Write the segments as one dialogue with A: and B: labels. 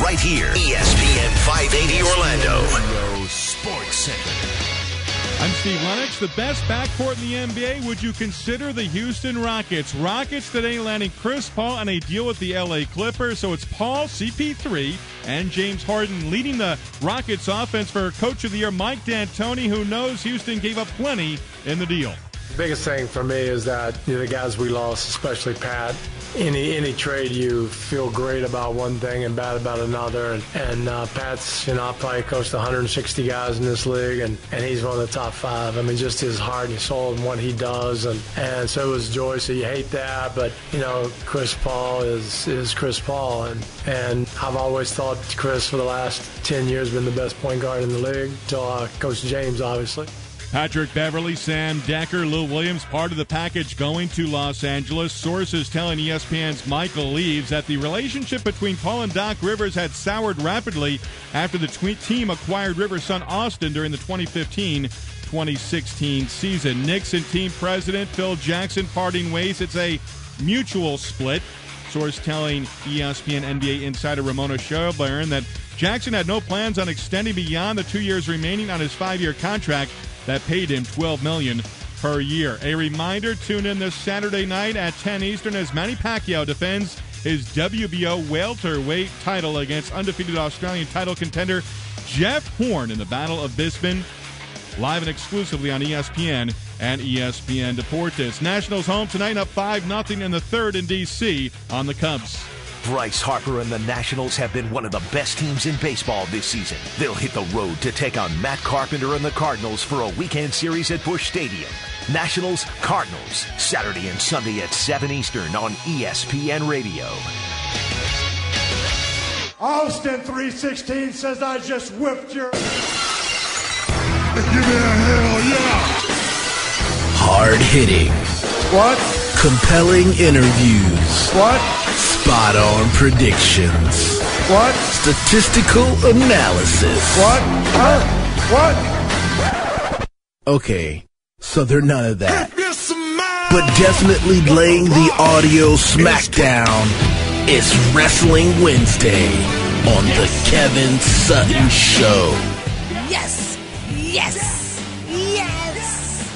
A: right here. E ESPN 580 Orlando.
B: Orlando Sports Center.
C: I'm Steve Lennox. The best backcourt in the NBA. Would you consider the Houston Rockets? Rockets today landing Chris Paul on a deal with the LA Clippers. So it's Paul, CP3, and James Harden leading the Rockets offense for Coach of the Year Mike D'Antoni, who knows Houston gave up plenty in the deal.
D: Biggest thing for me is that you know, the guys we lost, especially Pat. Any any trade, you feel great about one thing and bad about another. And, and uh, Pat's, you know, I probably coached 160 guys in this league, and, and he's one of the top five. I mean, just his heart and soul and what he does, and and so is Joy. So you hate that, but you know, Chris Paul is is Chris Paul, and and I've always thought Chris for the last 10 years been the best point guard in the league. Till uh, Coach James, obviously.
C: Patrick Beverly, Sam Decker, Lou Williams, part of the package going to Los Angeles. Sources telling E ESPN's Michael Leaves that the relationship between Paul and Doc Rivers had soured rapidly after the tweet team acquired Rivers' son Austin during the 2015 2016 season. Nixon team president Phil Jackson parting ways. It's a mutual split. Source telling E ESPN NBA insider Ramona Schoeblerin that Jackson had no plans on extending beyond the two years remaining on his five-year contract that paid him $12 million per year. A reminder: tune in this Saturday night at 10 Eastern as Manny Pacquiao defends his WBO welterweight title against undefeated Australian title contender Jeff Horn in the Battle of Bisping live and exclusively on E ESPN and E ESPN Deportes. Nationals home tonight, up 5 0 in the third in D.C. on the Cubs.
A: Bryce Harper and the Nationals have been one of the best teams in baseball this season. They'll hit the road to take on Matt Carpenter and the Cardinals for a weekend series at Bush Stadium. Nationals, Cardinals, Saturday and Sunday at 7 Eastern on E ESPN Radio.
E: Austin 316 says I just whipped your.
F: Hard hitting.
E: What?
F: Compelling interviews.
E: What?
F: Spot on predictions.
E: What?
F: Statistical analysis.
E: What? Huh? What?
F: Okay, so they're none of that. But definitely laying the audio smackdown. It's Wrestling Wednesday on the Kevin Sutton Show.
G: Yes. Yes. Yes.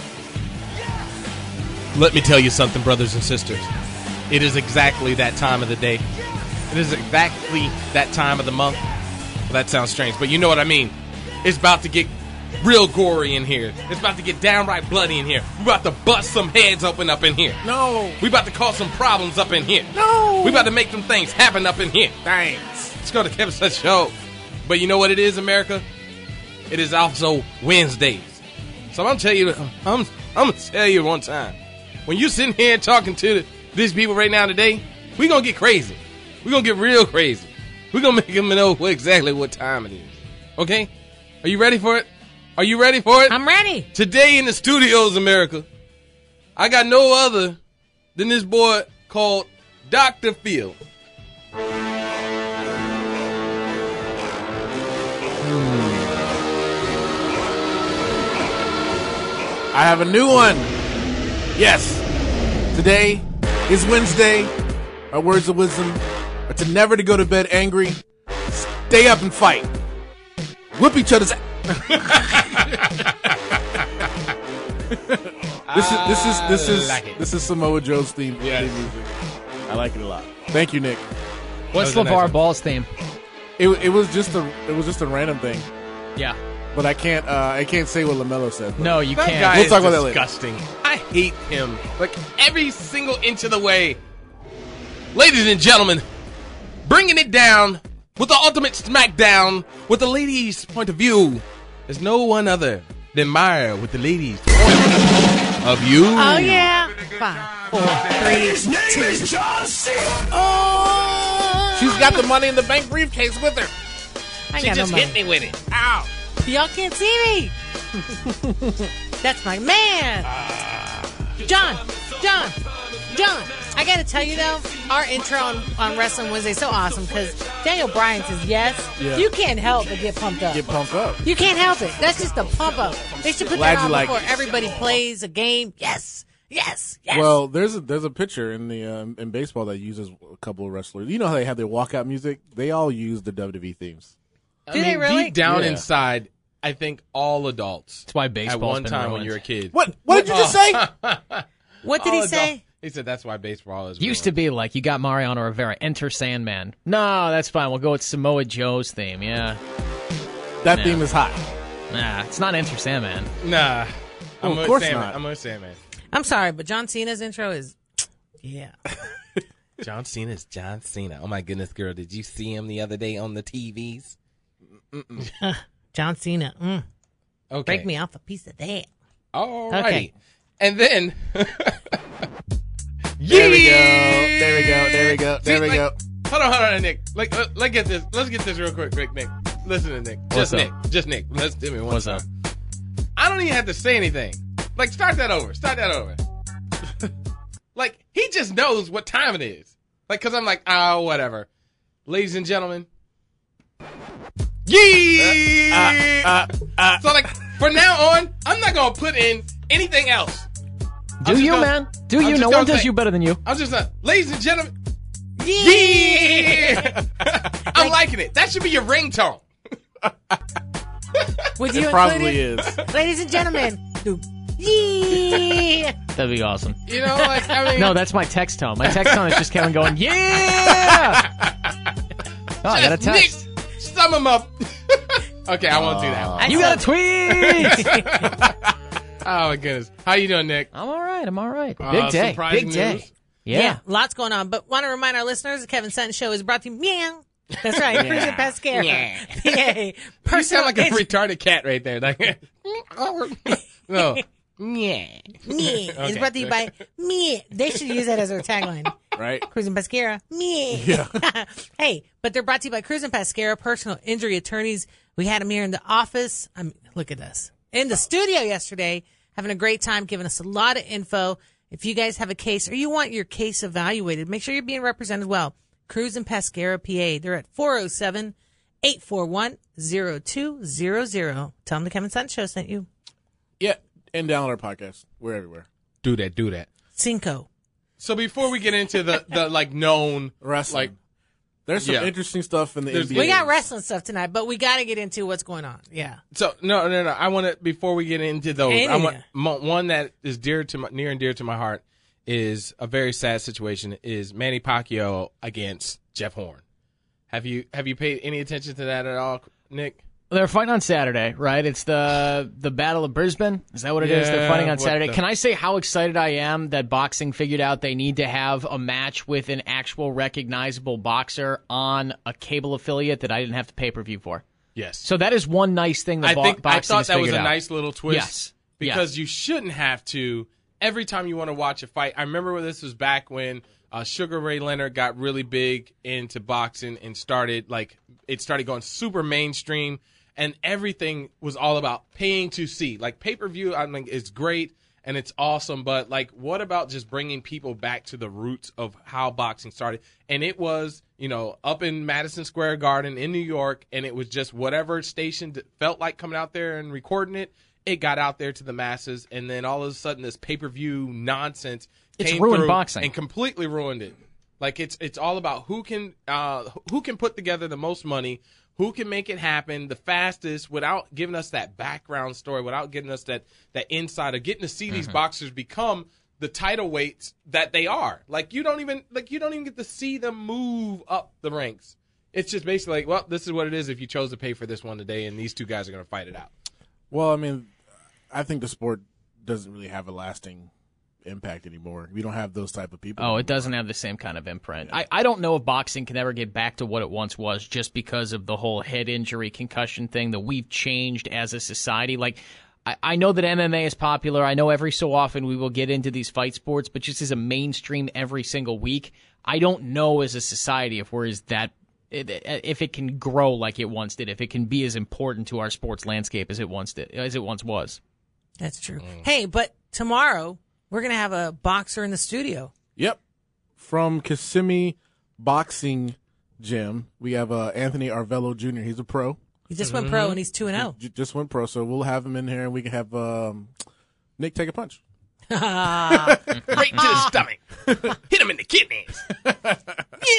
H: Let me tell you something, brothers and sisters. It is exactly that time of the day. It is exactly that time of the month. That sounds strange, but you know what I mean. It's about to get real gory in here. It's about to get downright bloody in here. We're about to bust some heads open up in here.
I: No.
H: We about to cause some problems up in here.
I: No.
H: We about to make some things happen up in here.
I: Thanks.
H: Let's go to Kevin Sutton Show. But you know what it is, America? It is also Wednesdays. So I'm gonna tell you, I'm, I'm gonna tell you one time. When you sitting here talking to these people right now today, we gonna get crazy. We gonna get real crazy. We gonna make them know what, exactly what time it is. Okay? Are you ready for it? Are you ready for it?
G: I'm ready.
H: Today in the studios, America, I got no other than this boy called Dr. Phil.
I: I have a new one. Yes. Today is Wednesday. Our words of wisdom are to never to go to bed angry. Stay up and fight. Whoop each other's. a- this is this is this is
H: like it.
I: this is Samoa Joe's theme,
H: Yes.
I: theme music. I like it a lot. Thank you, Nick.
J: What's
H: That was a nice
J: LeVar
H: one.
J: Ball's theme?
I: It, it was just a it was just a random thing,
J: Yeah.
I: but I can't uh, I can't say what Lamelo said. but-
J: No, you
H: That
J: can't.
H: guy
I: We'll
H: is
I: talk about that later.
H: disgusting. I hate him. Like every single inch of the way. Ladies and gentlemen, bringing it down with the ultimate smackdown with the ladies' point of view is no one other than Myra with the ladies' point of view.
G: Oh, yeah. Five, four, three, two.
I: She's got the money in the bank briefcase with her.
G: I
H: She
G: got no
H: just
G: money.
H: hit me with it. Ow.
G: Y'all can't see me. That's my man. John, John, John. I got to tell you, though, our intro on, on Wrestling Wednesday is so awesome because Daniel Bryan says yes.
I: Yeah.
G: You can't help but get pumped up.
I: Get pumped up.
G: You can't help it. That's just a pump up. They should put
I: Glad
G: that
I: you
G: on
I: like
G: before
I: it.
G: everybody plays a game. Yes. Yes, yes.
K: Well, there's a, there's a picture in the um, in baseball that uses a couple of wrestlers. You know how they have their walkout music? They all use the WWE themes.
H: I
G: Do they
H: mean,
G: really?
H: Deep down
K: Yeah.
H: inside, I think all adults.
D: That's why baseball's
H: At one
D: been
H: time
D: ruined.
H: when you were a kid.
K: What? What did you just say?
G: what did he
H: All
G: say?
H: adult- He said that's why baseball is
D: Used to be like you got Mariano Rivera, enter Sandman. No, that's fine. We'll go with Samoa Joe's theme. Yeah,
K: That
D: Yeah.
K: theme is hot.
D: nah, it's not enter Sandman.
H: be. Nah. I'm
K: of
H: a
K: course
H: Sandman.
K: not.
H: I'm a Sandman.
G: I'm sorry, but John Cena's intro is. Yeah.
H: John Cena is John Cena. Oh my goodness, girl, did you see him the other day on the TVs?
G: John Cena. Mm,
H: Okay.
G: break me off a piece of that.
H: All
G: Okay.
H: And then
K: There we go. There we go. There we go. There we
H: like,
K: go.
H: Hold on, hold on, Nick. Like, uh, let's get this. Let's get this real quick, Rick. Nick, listen to Nick.
D: What's
H: Just
D: up?
H: Nick. Just Nick. Let's do me one
D: What's
H: time.
D: up?
H: I don't even have to say anything. Like, start that over. Start that over. like, he just knows what time it is. Like, cause I'm like, oh, whatever. Ladies and gentlemen.
D: Uh,
H: Yee! so like, from now on, I'm not gonna put in anything else.
D: Do
H: just
D: you,
H: gonna-
D: man? Do
H: I'm
D: you?
H: just
D: No
H: gonna
D: one does
H: say-
D: you better than you.
H: I'm just like, ladies and gentlemen.
G: Yeah.
H: Yeah! I'm liking it. That should be your ringtone.
G: Would you
K: It
G: include
K: probably
G: it?
K: is.
G: Ladies and gentlemen. do- Yeah.
D: That'd be awesome.
H: You know, like I mean,
D: No, Oh, that's my text tone. My text tone is just Kevin going, yeah. oh, I got a
H: just
D: text.
H: Nick, sum them up. okay, I won't do that. One.
D: You got a tweet.
H: Oh my goodness, how you doing, Nick?
D: I'm all right. I'm all right.
H: Uh,
D: Big day.
H: surprising
D: Big day.
H: news.
D: Yeah.
G: lots going on. But want to remind our listeners, the Kevin Sutton Show is brought to you. Meow. That's right, Frisian Pescara.
H: Yeah.
G: Yay.
H: You sound like a
G: Personal
H: retarded cat right there. Like, Oh, no, yeah.
G: Me is brought to you by me. They should use that as their tagline.
K: Right.
G: Cruz and Pescara. Me. hey, but they're brought to you by Cruz and Pescara, personal injury attorneys. We had them here in the office. I mean, look at us in the studio yesterday, having a great time, giving us a lot of info. If you guys have a case or you want your case evaluated, make sure you're being represented well. Cruz and Pescara, PA. They're at 407 841 0200. Tell them the Kevin Sun Show sent you.
K: Yeah. And download our podcast. We're everywhere.
H: Do that. Do that.
G: Cinco.
H: So before we get into the the like known
K: Wrestling.
H: like
K: There's some
H: Yeah.
K: interesting stuff in the
H: There's-
K: NBA.
G: We got wrestling stuff tonight, but we got to get into what's going on. Yeah.
H: So no, no, no. I want to before we get into those. I
G: Any-
H: want mo- one that is dear to my, near and dear to my heart is a very sad situation. Is Manny Pacquiao against Jeff Horn? Have you have you paid any attention to that at all, Nick?
D: They're fighting on Saturday, right? It's the the Battle of Brisbane. Is that what it is? They're
H: Yeah,
D: fighting on
H: what
D: Saturday.
H: the-
D: Can I say how excited I am that boxing figured out they need to have a match with an actual recognizable boxer on a cable affiliate that I didn't have to pay per view for.
H: Yes.
D: So that is one nice thing that
H: I
D: bo-
H: think I
D: boxing
H: thought
D: has
H: that was
D: figured
H: a
D: out.
H: nice little twist.
D: Yes. Yeah.
H: Because you shouldn't have to every time you want to watch a fight. I remember when this was back when uh, Sugar Ray Leonard got really big into boxing and started like it started going super mainstream, and everything was all about paying to see. Like pay per view, I think is great and it's awesome, but like, what about just bringing people back to the roots of how boxing started? And it was, you know, up in Madison Square Garden in New York, and it was just whatever station that felt like coming out there and recording it. It got out there to the masses, and then all of a sudden, this pay per view nonsense
D: It's
H: came
D: ruined
H: through
D: boxing.
H: and completely ruined it. Like it's it's all about who can uh who can put together the most money, who can make it happen the fastest without giving us that background story, without giving us that that insight of getting to see
D: Mm-hmm.
H: these boxers become the title weights that they are. Like you don't even like you don't even get to see them move up the ranks. It's just basically like, well, this is what it is if you chose to pay for this one today and these two guys are going to fight it out.
K: Well, I mean, I think the sport doesn't really have a lasting impact anymore. We don't have those type of people.
D: Oh, it doesn't have the same kind of imprint. I, I don't know if boxing can ever get back to what it once was just because of the whole head injury concussion thing that we've changed as a society. Like, I, I know that MMA is popular. I know every so often we will get into these fight sports, but just as a mainstream every single week, I don't know as a society if we're as that. If it can grow like it once did, if it can be as important to our sports landscape as it once did, as it once was.
G: That's true. Hey, but tomorrow we're gonna have a boxer in the studio.
K: Yep. From Kissimmee Boxing Gym, we have uh, Anthony Arvello Jr. He's a pro.
G: He just went pro and oh. he's two and zero.
K: J- just went pro, so we'll have him in here, and we can have um, Nick take a punch.
H: right to the
D: Ah.
H: stomach. Hit him in the kidneys.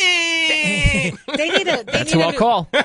G: Yay! they need a. They
D: That's
G: need
D: who
G: a
D: I'll
G: new,
D: call.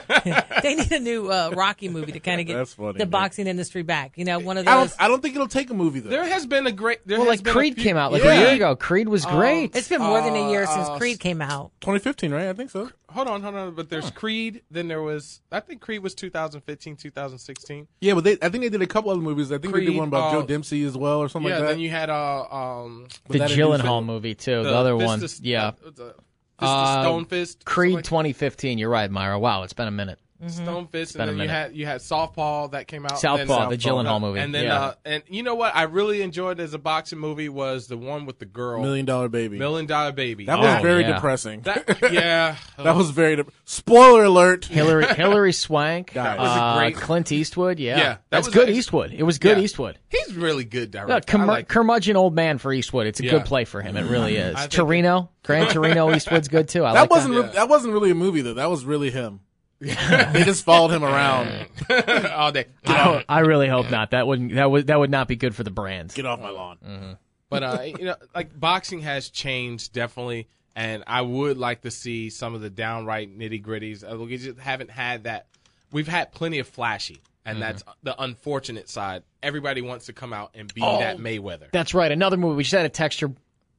G: They need a new uh, Rocky movie to kind of get
K: That's funny,
G: the
K: man.
G: boxing industry back. You know, one of
K: I don't.
G: those.
K: I don't think it'll take a movie though.
H: There has been a great. There
D: Well,
H: has
D: like
H: been a
D: Creed
H: few-
D: came out like
K: Yeah.
D: a Oh, year ago. Creed was great.
G: It's been more than a year since Creed came out.
K: 2015, right? I think so.
H: Hold on, hold on. But there's Creed. Then there was. I think Creed was 2015, 2016.
K: Yeah, but they, I think they did a couple other movies. I think they
H: Creed,
K: did one about
H: uh,
K: Joe Dempsey as well, or something
H: yeah.
K: like that.
H: Then you had uh um
D: the
K: that
D: Gyllenhaal
K: introduced-
D: movie too. The, other
H: Fist
D: one.
H: to-
D: yeah.
H: uh, the- Fist to
D: Uh,
H: Stone Fist.
D: Creed mm-hmm.
H: something
D: 2015. You're right, Myra. Wow, it's been a minute.
H: like- Stone Fist,
D: been
H: and
D: a
H: then you
D: minute.
H: had you had Southpaw that came out. and then
D: Southpaw, the Gyllenhaal movie,
H: and then
D: yeah.
H: uh, and you know what I really enjoyed as a boxing movie was the one with the girl
K: Million Dollar Baby.
H: Million Dollar Baby.
K: that was
D: Oh,
K: very
D: yeah.
K: depressing. That,
H: That- yeah,
K: was very. De- Spoiler alert.
D: Hillary Hillary Swank.
K: That
H: was a
D: uh,
H: great-
D: Clint Eastwood. Yeah,
H: Yeah, that
D: that's
H: was
D: good.
H: nice.
D: Eastwood. It was good.
H: Yeah.
D: Eastwood.
H: he's really good director.
D: No,
H: I
D: curmud-
H: like-
D: curmudgeon old man for Eastwood. It's a
H: Yeah.
D: good play for him. It really is.
H: think-
D: Torino, Grand Torino, Eastwood's good too. I
K: That
D: like
K: wasn't.
D: that.
K: re- that wasn't really a movie though. That was really him. they just followed him around.
H: all day.
D: I, I really hope not. That wouldn't. That would. That would not be good for the brand.
K: Get off my lawn.
D: Mm.
H: But uh, you know, like boxing has changed definitely, and I would like to see some of the downright nitty gritties. Uh, We just haven't had that. We've had plenty of flashy, and that's the unfortunate side. Everybody wants to come out and be Oh. that Mayweather.
D: That's right. Another movie. We just had a texture.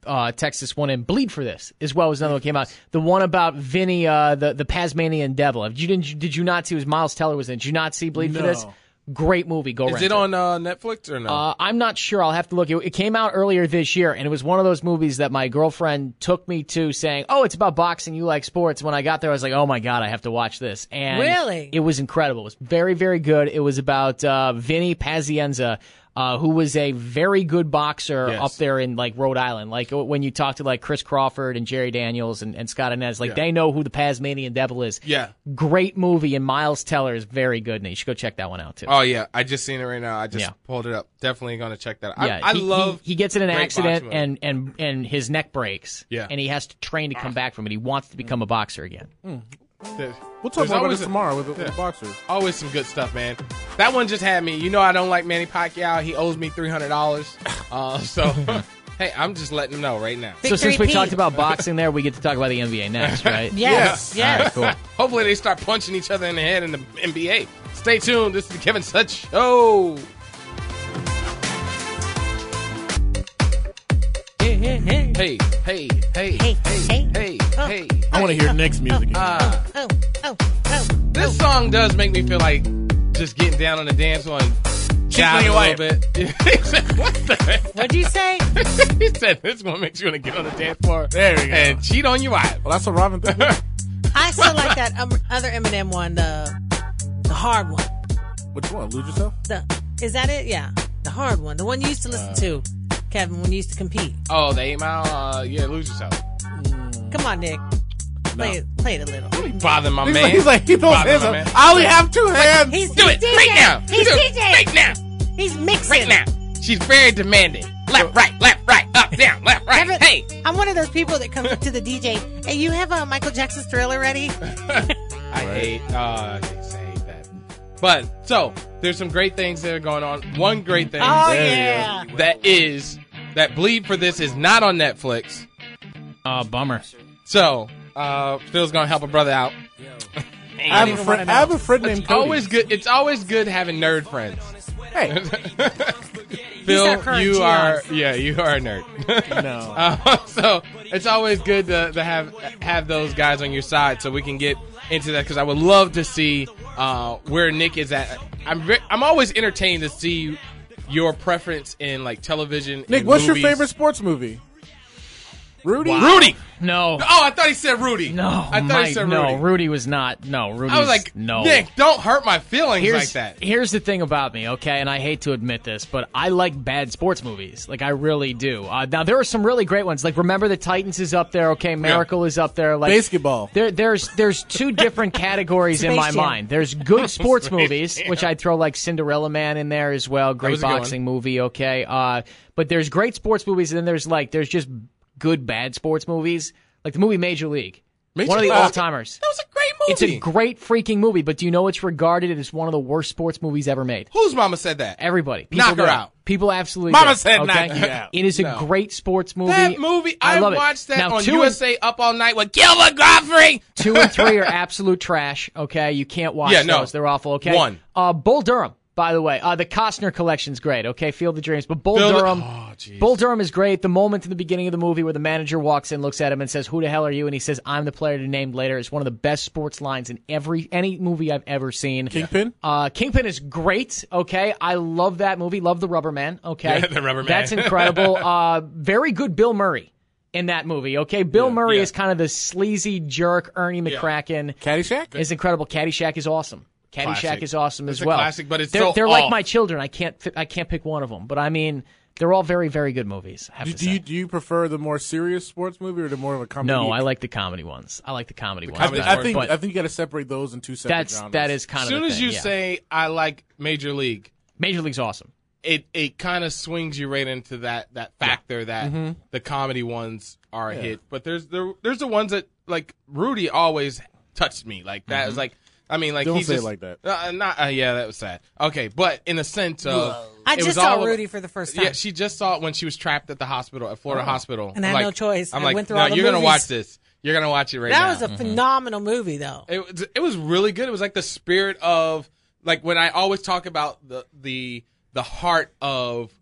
D: Uh, Texas one in Bleed for this as well as another one came out. The one about Vinny, uh, the the Tasmanian Devil. Did you didn't did you not see? It was Miles Teller was in. it. Did you not see Bleed for this?
K: No.
D: Great movie. Go
H: Is
D: rent
H: it on uh, Netflix or no?
D: Uh, I'm not sure. I'll have to look. It, it came out earlier this year, and it was one of those movies that my girlfriend took me to, saying, "Oh, it's about boxing. You like sports." When I got there, I was like, "Oh my god, I have to watch this!" And
G: Really?
D: it was incredible. It was very, very good. It was about uh, Vinny Pazienza. Uh, who was a very good boxer
H: Yes.
D: up there in like Rhode Island? Like w- when you talk to like Chris Crawford and Jerry Daniels and, and Scott Inez, like
H: Yeah.
D: they know who the Tasmanian Devil is.
H: Yeah.
D: great movie, and Miles Teller is very good. And you should go check that one out too.
H: oh yeah, I just seen it right now. I just
D: Yeah.
H: pulled it up. Definitely gonna check that. out.
D: Yeah,
H: I, I
D: he,
H: love.
D: He, he gets in an
H: great
D: accident
H: boxing
D: and and and his neck breaks.
H: Yeah.
D: and he has to train to come back from it. He wants to become a boxer again.
H: movies.
K: We'll talk
H: There's
K: more about
H: always
K: this
H: a-
K: tomorrow with, the with
H: Yeah.
K: the boxers.
H: Always some good stuff, man. That one just had me. You know, I don't like Manny Pacquiao. He owes me three hundred dollars. Uh, so, hey, I'm just letting him know right now.
D: So since we
G: Victory P.
D: talked about boxing, there we get to talk about the NBA next, right?
G: Yes.
D: All right,
G: Yes.
D: cool.
H: Hopefully, they start punching each other in the head in the NBA. Stay tuned. This is the Kevin Such Show. Hey, hey, hey,
G: Hey, hey,
H: hey,
G: oh.
H: hey.
K: I want to hear Nick's music. Again.
D: Uh,
G: Oh, oh, oh.
H: This song does make me feel like just getting down on the dance floor and
K: on
H: jiving
K: your
H: a little bit. He said, what the heck?
G: What'd you say?
H: he said, this one makes you want to get on the dance floor
K: There we go.
H: and cheat on your wife.
K: well, that's what Robin thinks.
G: I still like that um, other Eminem one, the the hard one.
K: Which one? Lose yourself?
G: The is that it? Yeah, the hard one, the one you used to listen to, Kevin, when you used to compete.
H: Oh, the 8 Mile? Uh, yeah, lose yourself.
G: Come on, Nick, play it, play it a little.
H: Don't be bothering my
K: He's
H: man.
K: like, he's like, he throws
H: Bother
K: hands
H: my
K: up.
H: man.
K: I only have two hands.
G: He's
H: Do
G: he's
H: it right now.
G: He's
H: Do it
G: DJing.
H: right now.
G: He's mixing
H: Right now. She's very demanding. Left, right, left, right, up, down, left, right.
G: Kevin,
H: Hey,
G: I'm one of those people that comes up to the DJ. Hey, you have a Michael Jackson's Thriller ready?
H: I hate, uh, I hate that. But so there's some great things that are going on. One great thing
G: Oh yeah.
H: that is that bleed for this is not on Netflix.
D: Oh, bummer.
H: So uh, Phil's gonna help a brother out.
K: I have, a friend, I have a friend named
H: It's
K: Cody.
H: always good. It's always good having nerd friends.
K: Hey.
G: our
H: Phil,
G: current
H: you
G: GM.
H: are yeah, you are a nerd.
K: No.
H: Uh, so it's always good to, to have have those guys on your side, so we can get into that because I would love to see uh, where Nick is at. I'm ve- I'm always entertained to see your preference in like television.
K: Nick,
H: and
K: what's
H: movies.
K: your favorite sports movie? Rudy?
H: Rudy.
D: No,
H: Oh, I thought he said Rudy.
D: no,
H: I thought
D: Mike,
H: he said
D: no.
H: Rudy.
D: Rudy was not. No, Rudy.
H: I was like,
D: no.
H: Nick, don't hurt my feelings like that.
D: Here's the thing about me, okay, and I hate to admit this, but I like bad sports movies. Like I really do. Uh, now there are some really great ones. Like Remember the Titans is up there, okay, Miracle is up there, like
K: Basketball.
D: There there's there's two different categories in
G: Space
D: my
G: Jam.
D: mind. There's good sports movies, which I'd throw like Cinderella Man in there as well. Great
H: was a good one.
D: boxing movie, okay. Uh but there's great sports movies and then there's like there's just good bad sports movies. Like the movie Major League.
H: Major
D: One of the
H: League-
D: all timers.
H: That was a great
D: It's a great freaking movie, but do you know it's regarded as one of the worst sports movies ever made?
H: Whose mama said that?
D: Everybody.
H: Knock her
D: do.
H: out.
D: People absolutely.
H: Mama
D: do,
H: said
D: okay?
H: knock you out.
D: It is
H: No.
D: a great sports movie.
H: That movie, I,
D: love it.
H: watched that
D: now,
H: on
D: two
H: USA Up All Night with Gilbert Godfrey.
D: And, two and three are absolute trash. Okay, you can't watch
H: Yeah, no.
D: those. They're awful. Okay,
H: One.
D: Uh, Bull Durham, by the way, uh, the Costner collection's great. Okay, Field the Dreams, but Bull
H: Field the- Oh,
D: Durham. Bull Durham is great. The moment in the beginning of the movie where the manager walks in, looks at him, and says, "Who the hell are you?" and he says, "I'm the player to name later." It's one of the best sports lines in every any movie I've ever seen.
K: Kingpin?
D: Uh, Kingpin is great. Okay, I love that movie. Love the Rubber Man. Okay,
H: Yeah, The Rubber Man.
D: That's incredible. uh, very good, Bill Murray. In that movie, okay, Bill Murray
H: yeah.
D: is kind of the sleazy jerk. Ernie McCracken
K: Caddyshack?
D: is incredible. Caddyshack is awesome. Caddyshack
H: Classic.
D: is awesome
H: It's
D: as
H: a
D: well.
H: classic, but it's
D: they're,
H: so
D: they're like
H: off.
D: my children. I can't fi- I can't pick one of them, but I mean they're all very very good movies. I have
K: Do,
D: to
K: do
D: say.
K: you do you prefer the more serious sports movie or the more of a comedy?
D: no, I like the comedy ones. I like the comedy ones.
K: I, thi-
D: better,
K: I think
D: but
K: I think you got to separate those in two separate
D: that's
K: genres.
D: that is kind
H: As
D: of
H: soon
D: the
H: as
D: thing,
H: you
D: yeah.
H: say I like Major League,
D: Major League's awesome.
H: it it kind of swings you right into that that factor that
D: Mm-hmm.
H: the comedy ones are a hit. But there's there, there's the ones that like Rudy always touched me like that
D: Mm-hmm.
H: was like. I mean, like
K: Don't
H: he
K: say it
H: just-
K: like that.
H: Uh, not uh, yeah, that was sad. Okay, but in a sense of
G: I
H: it was
G: just saw
H: all of-
G: Rudy for the first time. Oh.
H: Yeah, she just saw it when she was trapped at the hospital at Florida Hospital,
G: And I
H: I'm
G: had
H: like-
G: no choice.
H: I'm
G: I
H: like,
G: went through
H: no,
G: all the
H: you're gonna
G: movies."
H: watch this. You're gonna watch it right
G: that
H: now.
G: was a phenomenal movie, though.
H: It was, it was really good. It was like the spirit of like when I always talk about the the the heart of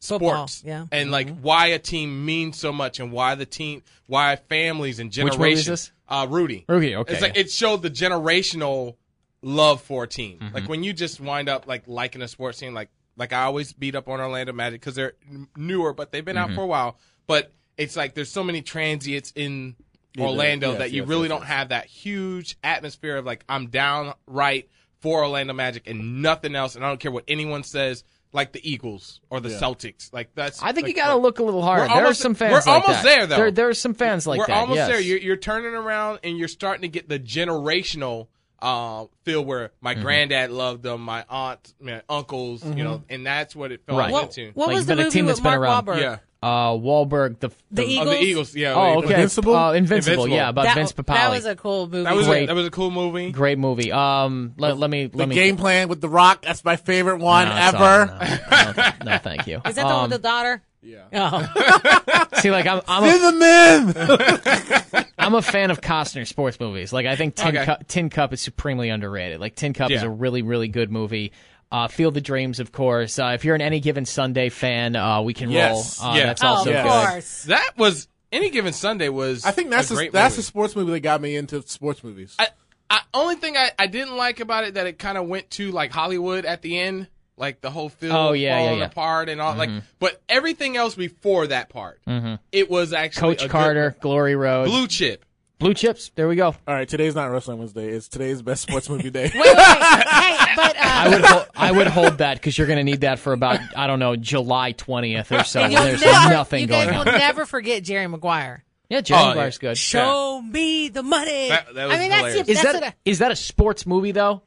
G: Football,
H: sports,
G: yeah.
H: and like why a team means so much and why the team, why families and
D: movie
H: generations.
D: is this?
H: Uh, Rudy.
D: Rudy, okay,
H: It's like
D: yeah.
H: it showed the generational love for a team. Like when you just wind up like liking a sports team, like like I always beat up on Orlando Magic because they're n- newer, but they've been out for a while. But it's like there's so many transients in Orlando
K: yes,
H: that you
K: yes,
H: really
K: yes,
H: don't
K: yes.
H: have that huge atmosphere of like I'm downright for Orlando Magic and nothing else, and I don't care what anyone says. Like the Eagles or the Celtics, like that's.
D: I think
H: like,
D: you got to look a little harder.
H: We're
D: There are
H: almost-
D: some fans.
H: we're
D: like that.
H: almost there, though.
D: There, there are some fans like
H: we're
D: that.
H: almost
D: yes.
H: there. You're, you're turning around and you're starting to get the generational uh, feel where my
K: Mm-hmm.
H: granddad loved them, my aunt, my uncles, you know, and that's what it felt
D: Mm-hmm. Right.
H: like
G: What,
H: to.
G: what
D: Like,
G: was the
D: been a
G: movie
D: team
G: with
D: that's been around.
G: Mark Wahlberg?
H: Yeah,
D: uh, Wahlberg, the,
G: The
H: of
G: Eagles.
H: the Eagles. Yeah.
D: oh okay,
H: the Eagles.
K: Invincible?
D: uh, Invincible,
H: Invincible.
D: yeah, about
G: That,
D: Vince Papale.
G: that was a cool movie.
H: That was
D: Great.
H: a, that was a cool movie.
D: great movie. Um, let, let me
K: the
D: let me
K: game plan with the Rock. That's my favorite one
D: No,
K: ever.
D: sorry, no, no, no, thank you.
G: Is that the one with the daughter? Yeah. Oh.
D: See, like I'm, I'm a,
K: In the men.
D: I'm a fan of Costner sports movies. Like I think Tin,
H: Okay.
D: Cup, Tin Cup is supremely underrated. Like Tin Cup is
H: Yeah.
D: a really really good movie. Uh, Field the Dreams, of course. Uh, if you're an Any Given Sunday fan, uh, we can
K: Yes.
D: roll. Uh,
H: Yeah.
D: That's
H: Oh,
D: also
G: oh,
K: yeah.
G: of
D: good.
G: course.
H: That was any given Sunday was.
K: I think that's
H: a
K: the,
H: great
K: that's the
H: movie.
K: sports movie that got me into sports movies.
H: I, I only thing I, I didn't like about it that it kind of went to like Hollywood at the end, like the whole film
D: Oh, yeah, yeah, Mm-hmm.
H: falling
D: yeah.
H: apart and all. Like, but everything else before that part, it was actually
D: Mm-hmm. Coach
H: a good-
D: Carter, Glory Road, Blue,
H: blue chip.
D: Chips. There we go.
K: All right, today's not Wrestling Wednesday. It's today's best sports movie day.
G: Wait, wait, wait. hey, but uh,
D: I would hold, I would hold that because you're going to need that for about I don't know July 20th or so.
G: you'll
D: There's
G: never,
D: nothing
G: you
D: going
G: guys
D: on.
G: will never forget Jerry Maguire.
D: Yeah, Jerry
H: Oh,
D: Maguire's good.
G: Show me the money.
H: That- that was
G: I mean, that's,
H: hilarious.
G: the,
D: Is
G: that's
D: that is
G: what I,
D: that a sports movie though?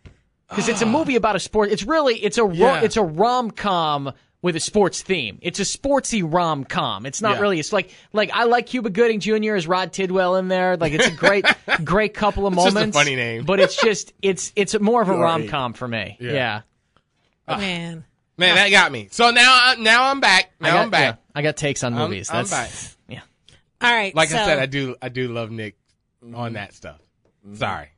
D: Because it's a movie about a sport. It's really it's a ro-
H: Yeah.
D: it's a rom com with a sports theme. It's a sportsy rom com. It's not
H: Yeah.
D: really. It's like like I like Cuba Gooding Jr. as Rod Tidwell in there. Like it's a great great couple of
H: It's just a
D: moments.
H: funny name.
D: but it's just it's it's more of a rom com for me. Yeah.
G: Oh, man.
H: Man, that got me. So now I, now I'm back.
D: I
H: Now
D: got,
H: I'm back.
D: yeah, I got takes on
H: I'm-
D: movies.
H: I'm
D: That's yeah.
G: All right.
H: Like
G: so,
H: I said, I do I do love Nick
D: Mm-hmm.
H: on that stuff. Sorry,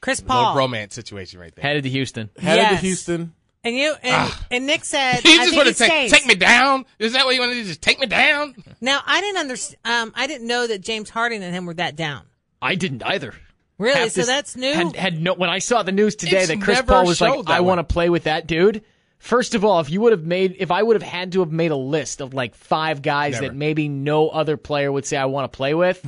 G: Chris
H: little
G: Paul.
H: romance situation right there.
D: Headed to Houston.
K: Headed to
G: Yes.
K: Houston.
G: And you and, and Nick said,
H: You
G: I
H: just
G: think
H: want
G: he
H: to take,
G: stays.
H: take me down? Is that what you want to do? Just take me down?
G: Now I didn't understand. Um, I didn't know that James Harden and him were that down.
D: I didn't either.
G: Really?
D: Half
G: so
D: this-
G: that's new.
D: Had, had no, when I saw the news today
H: It's
D: that Chris
H: never
D: Paul was like,
H: showed that
D: "I want to
H: one."
D: play with that dude." First of all, if you would have made, if I would have had to have made a list of like five guys that maybe no other player would say I want to play with,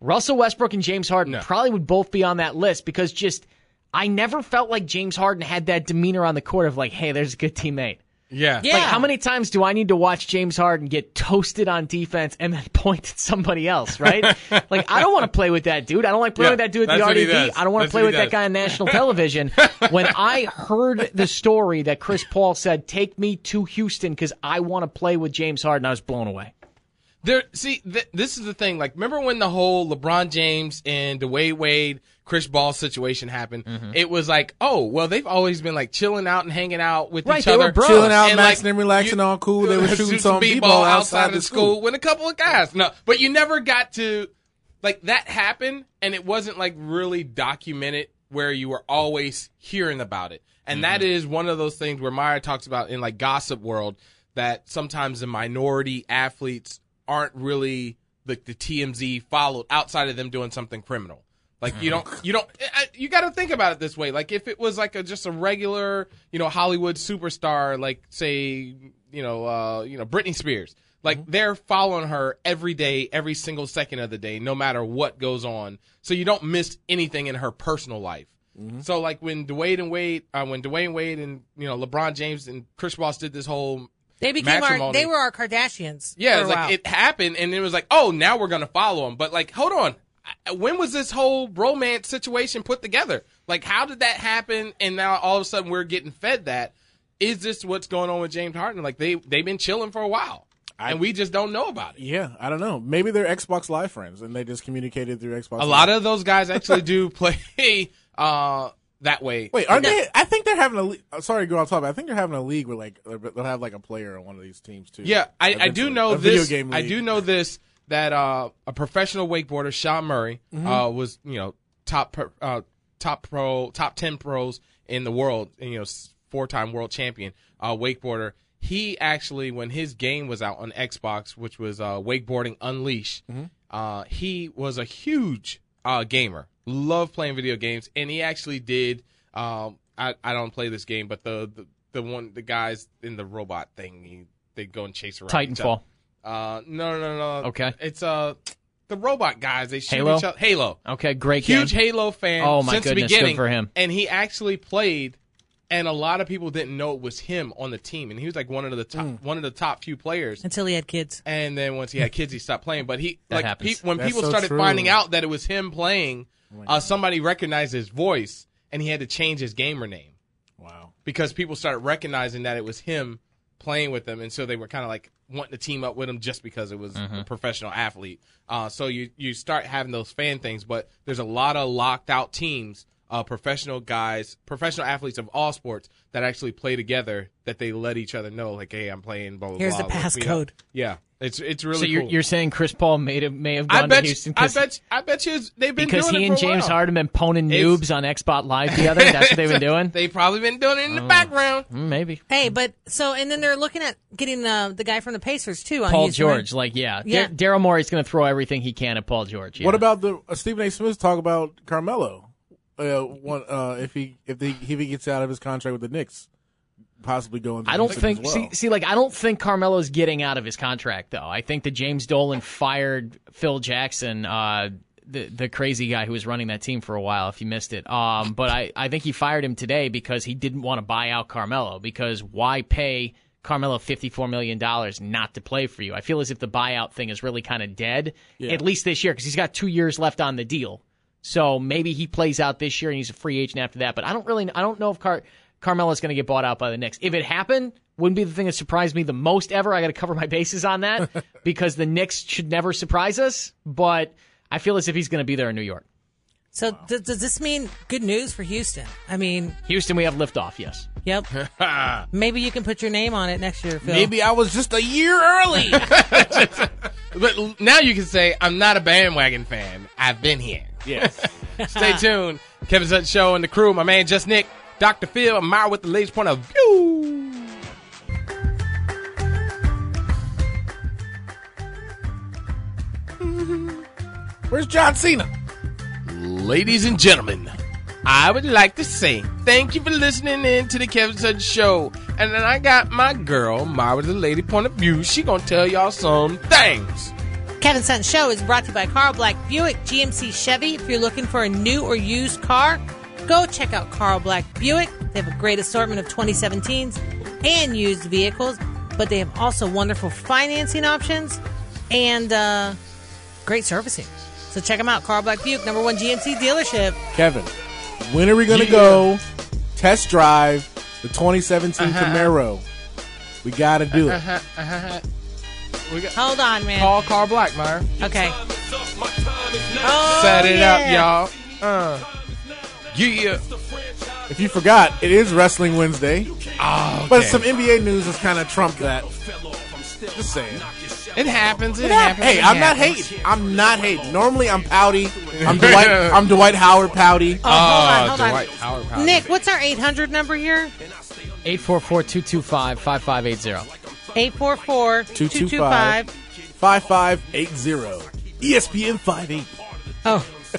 D: Russell Westbrook and James Harden probably would both be on that list because just I never felt like James Harden had that demeanor on the court of like, "Hey, there's a good teammate."
H: Yeah.
G: yeah.
D: Like, how many times do I need to watch James Harden get toasted on defense and then point at somebody else, right? like, I don't want to play with that dude. I don't like playing
H: Yeah,
D: with that dude at
H: that's
D: the
H: what he
D: RDB.
H: does.
D: I don't want to
H: That's
D: play
H: what
D: with
H: he
D: that
H: does.
D: guy on national television. when I heard the story that Chris Paul said, take me to Houston because I want to play with James Harden, I was blown away.
H: There, see, th- this is the thing. Like, remember when the whole LeBron James and Dwayne Wade, Chris Ball situation happened,
D: Mm-hmm.
H: it was like, oh, well, they've always been like chilling out and hanging out with
K: Right,
H: each
K: they
H: other,
K: were bros. Chilling out,
H: and, like,
K: maxing and relaxing, all cool. They were shooting
H: shoot
K: some b-ball outside the school.
H: with a couple of guys. No, but you never got to like that happened, and it wasn't like really documented where you were always hearing about it. And that is one of those things where Maya talks about in like gossip world that sometimes the minority athletes aren't really like the TMZ followed outside of them doing something criminal. Like you don't, you don't, I- I- you got to think about it this way. Like if it was like a just a regular, you know, Hollywood superstar, like say, you know, uh, you know, Britney Spears. Like they're following her every day, every single second of the day, no matter what goes on. So you don't miss anything in her personal life. So like when Dwayne and Wade, uh, when Dwayne Wade and you know LeBron James and Chris Bosh did this whole
G: They became our.
H: matrimony-
G: They were our Kardashians.
H: yeah,
G: for a
H: it was like
G: while.
H: it happened, and it was like, oh, now we're gonna follow him. But like, hold on, I- when was this whole romance situation put together? Like, how did that happen? And now all of a sudden we're getting fed that. Is this what's going on with James Harden? Like they they've been chilling for a while, and we just don't know about it.
K: Yeah, I don't know. Maybe they're Xbox Live friends and they just communicated through Xbox.
H: A lot of those guys actually do play uh, that way.
K: Wait, aren't they? I think they're having a. le- uh, Sorry, girl, off topic. I think they're having a league where like they're- they'll have like a player on one of these teams too.
H: Yeah, I, I do
K: Eventually.
H: know
K: A
H: this.
K: Video game
H: I
K: league.
H: do know this that uh, a professional wakeboarder, Sean Murray, uh, was you know top per, uh, top pro, top ten pros in the world, and, you know four time world champion uh, wakeboarder. He actually, when his game was out on Xbox, which was uh, Wakeboarding Unleashed, uh, he was a huge uh, gamer. Loved playing video games, and he actually did. Um, I, I don't play this game, but the, the the one the guys in the robot thing, he, they go and chase around. each
D: Titanfall.
H: other. Uh, no, no, no. no.
D: Okay.
H: It's uh the robot guys. They shoot
D: Halo?
H: each other. Halo.
D: Okay, great
H: Huge
D: game.
H: Halo fan.
D: Oh, my
H: since
D: goodness, good
H: The beginning,
D: for him.
H: And he actually played, and a lot of people didn't know it was him on the team, and he was like one of the top
K: Mm.
H: one of the top few players.
G: until he had kids.
H: And then once he had kids, he stopped playing. But he
D: That
H: like
D: happens.
H: pe- when
K: That's
H: people
K: so
H: started
K: true. Oh
H: finding out that it was him playing, uh, somebody recognized his voice, and he had to change his gamer name
K: Wow.
H: because people started recognizing that it was him playing with them, and so they were kind of like wanting to team up with him just because it was
D: Mm-hmm.
H: a professional athlete. Uh, so you you start having those fan things, but there's a lot of locked out teams, uh, professional guys, professional athletes of all sports that actually play together that they let each other know, like, hey, I'm playing. Blah blah.
G: Here's
H: blah,
G: the
H: let's meet up.
G: passcode.
H: Yeah, it's it's really
D: so you're,
H: cool.
D: you're saying Chris Paul may have may have gone
H: I
D: to
H: bet, you,
D: Houston
H: I
D: 'cause-
H: bet, I bet you, they've been
D: because
H: doing
D: he
H: it
D: and
H: for a
D: James
H: while.
D: Harden been poning
H: It's-
D: noobs on Xbox Live together. That's what they've been doing.
H: They probably been doing it in the background.
D: Mm, Maybe
G: Hey, but so and then they're looking at getting the the guy from the Pacers too. On
D: Paul
G: Houston, right?
D: George, like yeah,
G: Yeah.
D: Dar- Daryl Morey's going to throw everything he can at Paul George. yeah.
K: What about the uh, Stephen A. Smith talk about Carmelo? Uh, one, uh, if he if, they, if he gets out of his contract with the Knicks, possibly going. To
D: I don't
K: Houston
D: think.
K: as well.
D: See, see, like I don't think Carmelo's getting out of his contract though. I think that James Dolan fired Phil Jackson, uh, the the crazy guy who was running that team for a while. If you missed it, um, but I I think he fired him today because he didn't want to buy out Carmelo because why pay. Carmelo fifty four million dollars not to play for you. I feel as if the buyout thing is really kind of dead, at least this year, because he's got two years left on the deal. So maybe he plays out this year and he's a free agent after that. But I don't really, I don't know if Car- Carmelo's going to get bought out by the Knicks. If it happened, wouldn't be the thing that surprised me the most ever. I got to cover my bases on that because the Knicks should never surprise us. But I feel as if he's going to be there in New York.
G: So does does this mean good news for Houston? I mean,
D: Houston, we have liftoff. Yes,
G: yep. Maybe you can put your name on it next year, Phil.
K: Maybe I was just a year early.
H: But l- now you can say, I'm not a bandwagon fan. I've been here.
K: yes.
H: Stay tuned. Kevin Sutton Show and the crew, my man Just Nick, Dr. Phil, and Myra with the latest point of view.
K: Where's John Cena?
H: Ladies and gentlemen, I would like to say thank you for listening in to the Kevin Sutton Show. And then I got my girl, Myra with the lady point of view. She gonna tell y'all some things.
G: Kevin Sutton Show is brought to you by Carl Black Buick GMC Chevy. If you're looking for a new or used car, go check out Carl Black Buick. They have a great assortment of 2017s and used vehicles, but they have also wonderful financing options and uh, great servicing. So check them out. Carl Black Buick, number one GMC dealership.
K: Kevin, when are we going to
H: Yeah.
K: go test drive the 2017 Camaro? We got to do it.
H: We got
G: Hold on, man.
H: Paul Car Black, Myra.
G: Okay.
B: My time is now.
G: Oh,
H: Set it
G: yeah.
H: up, y'all. Uh. Yeah.
K: If you forgot, it is Wrestling Wednesday.
D: Ah,
H: Oh,
K: But
H: okay.
K: some NBA news has kind of trumped that. Just saying.
H: It happens. It
K: Yeah.
H: happens.
K: Hey,
H: it
K: I'm not
H: happens.
K: hating. I'm not hating. Normally, I'm pouty. I'm Dwight. I'm Dwight Howard pouty.
G: Oh, hold on, hold on.
H: Ah, Dwight Howard Powell.
G: Nick, what's our 800 number here?
D: 844-225-5580.
G: 844 225.
K: 5580. ESPN 58.
G: Oh,
H: A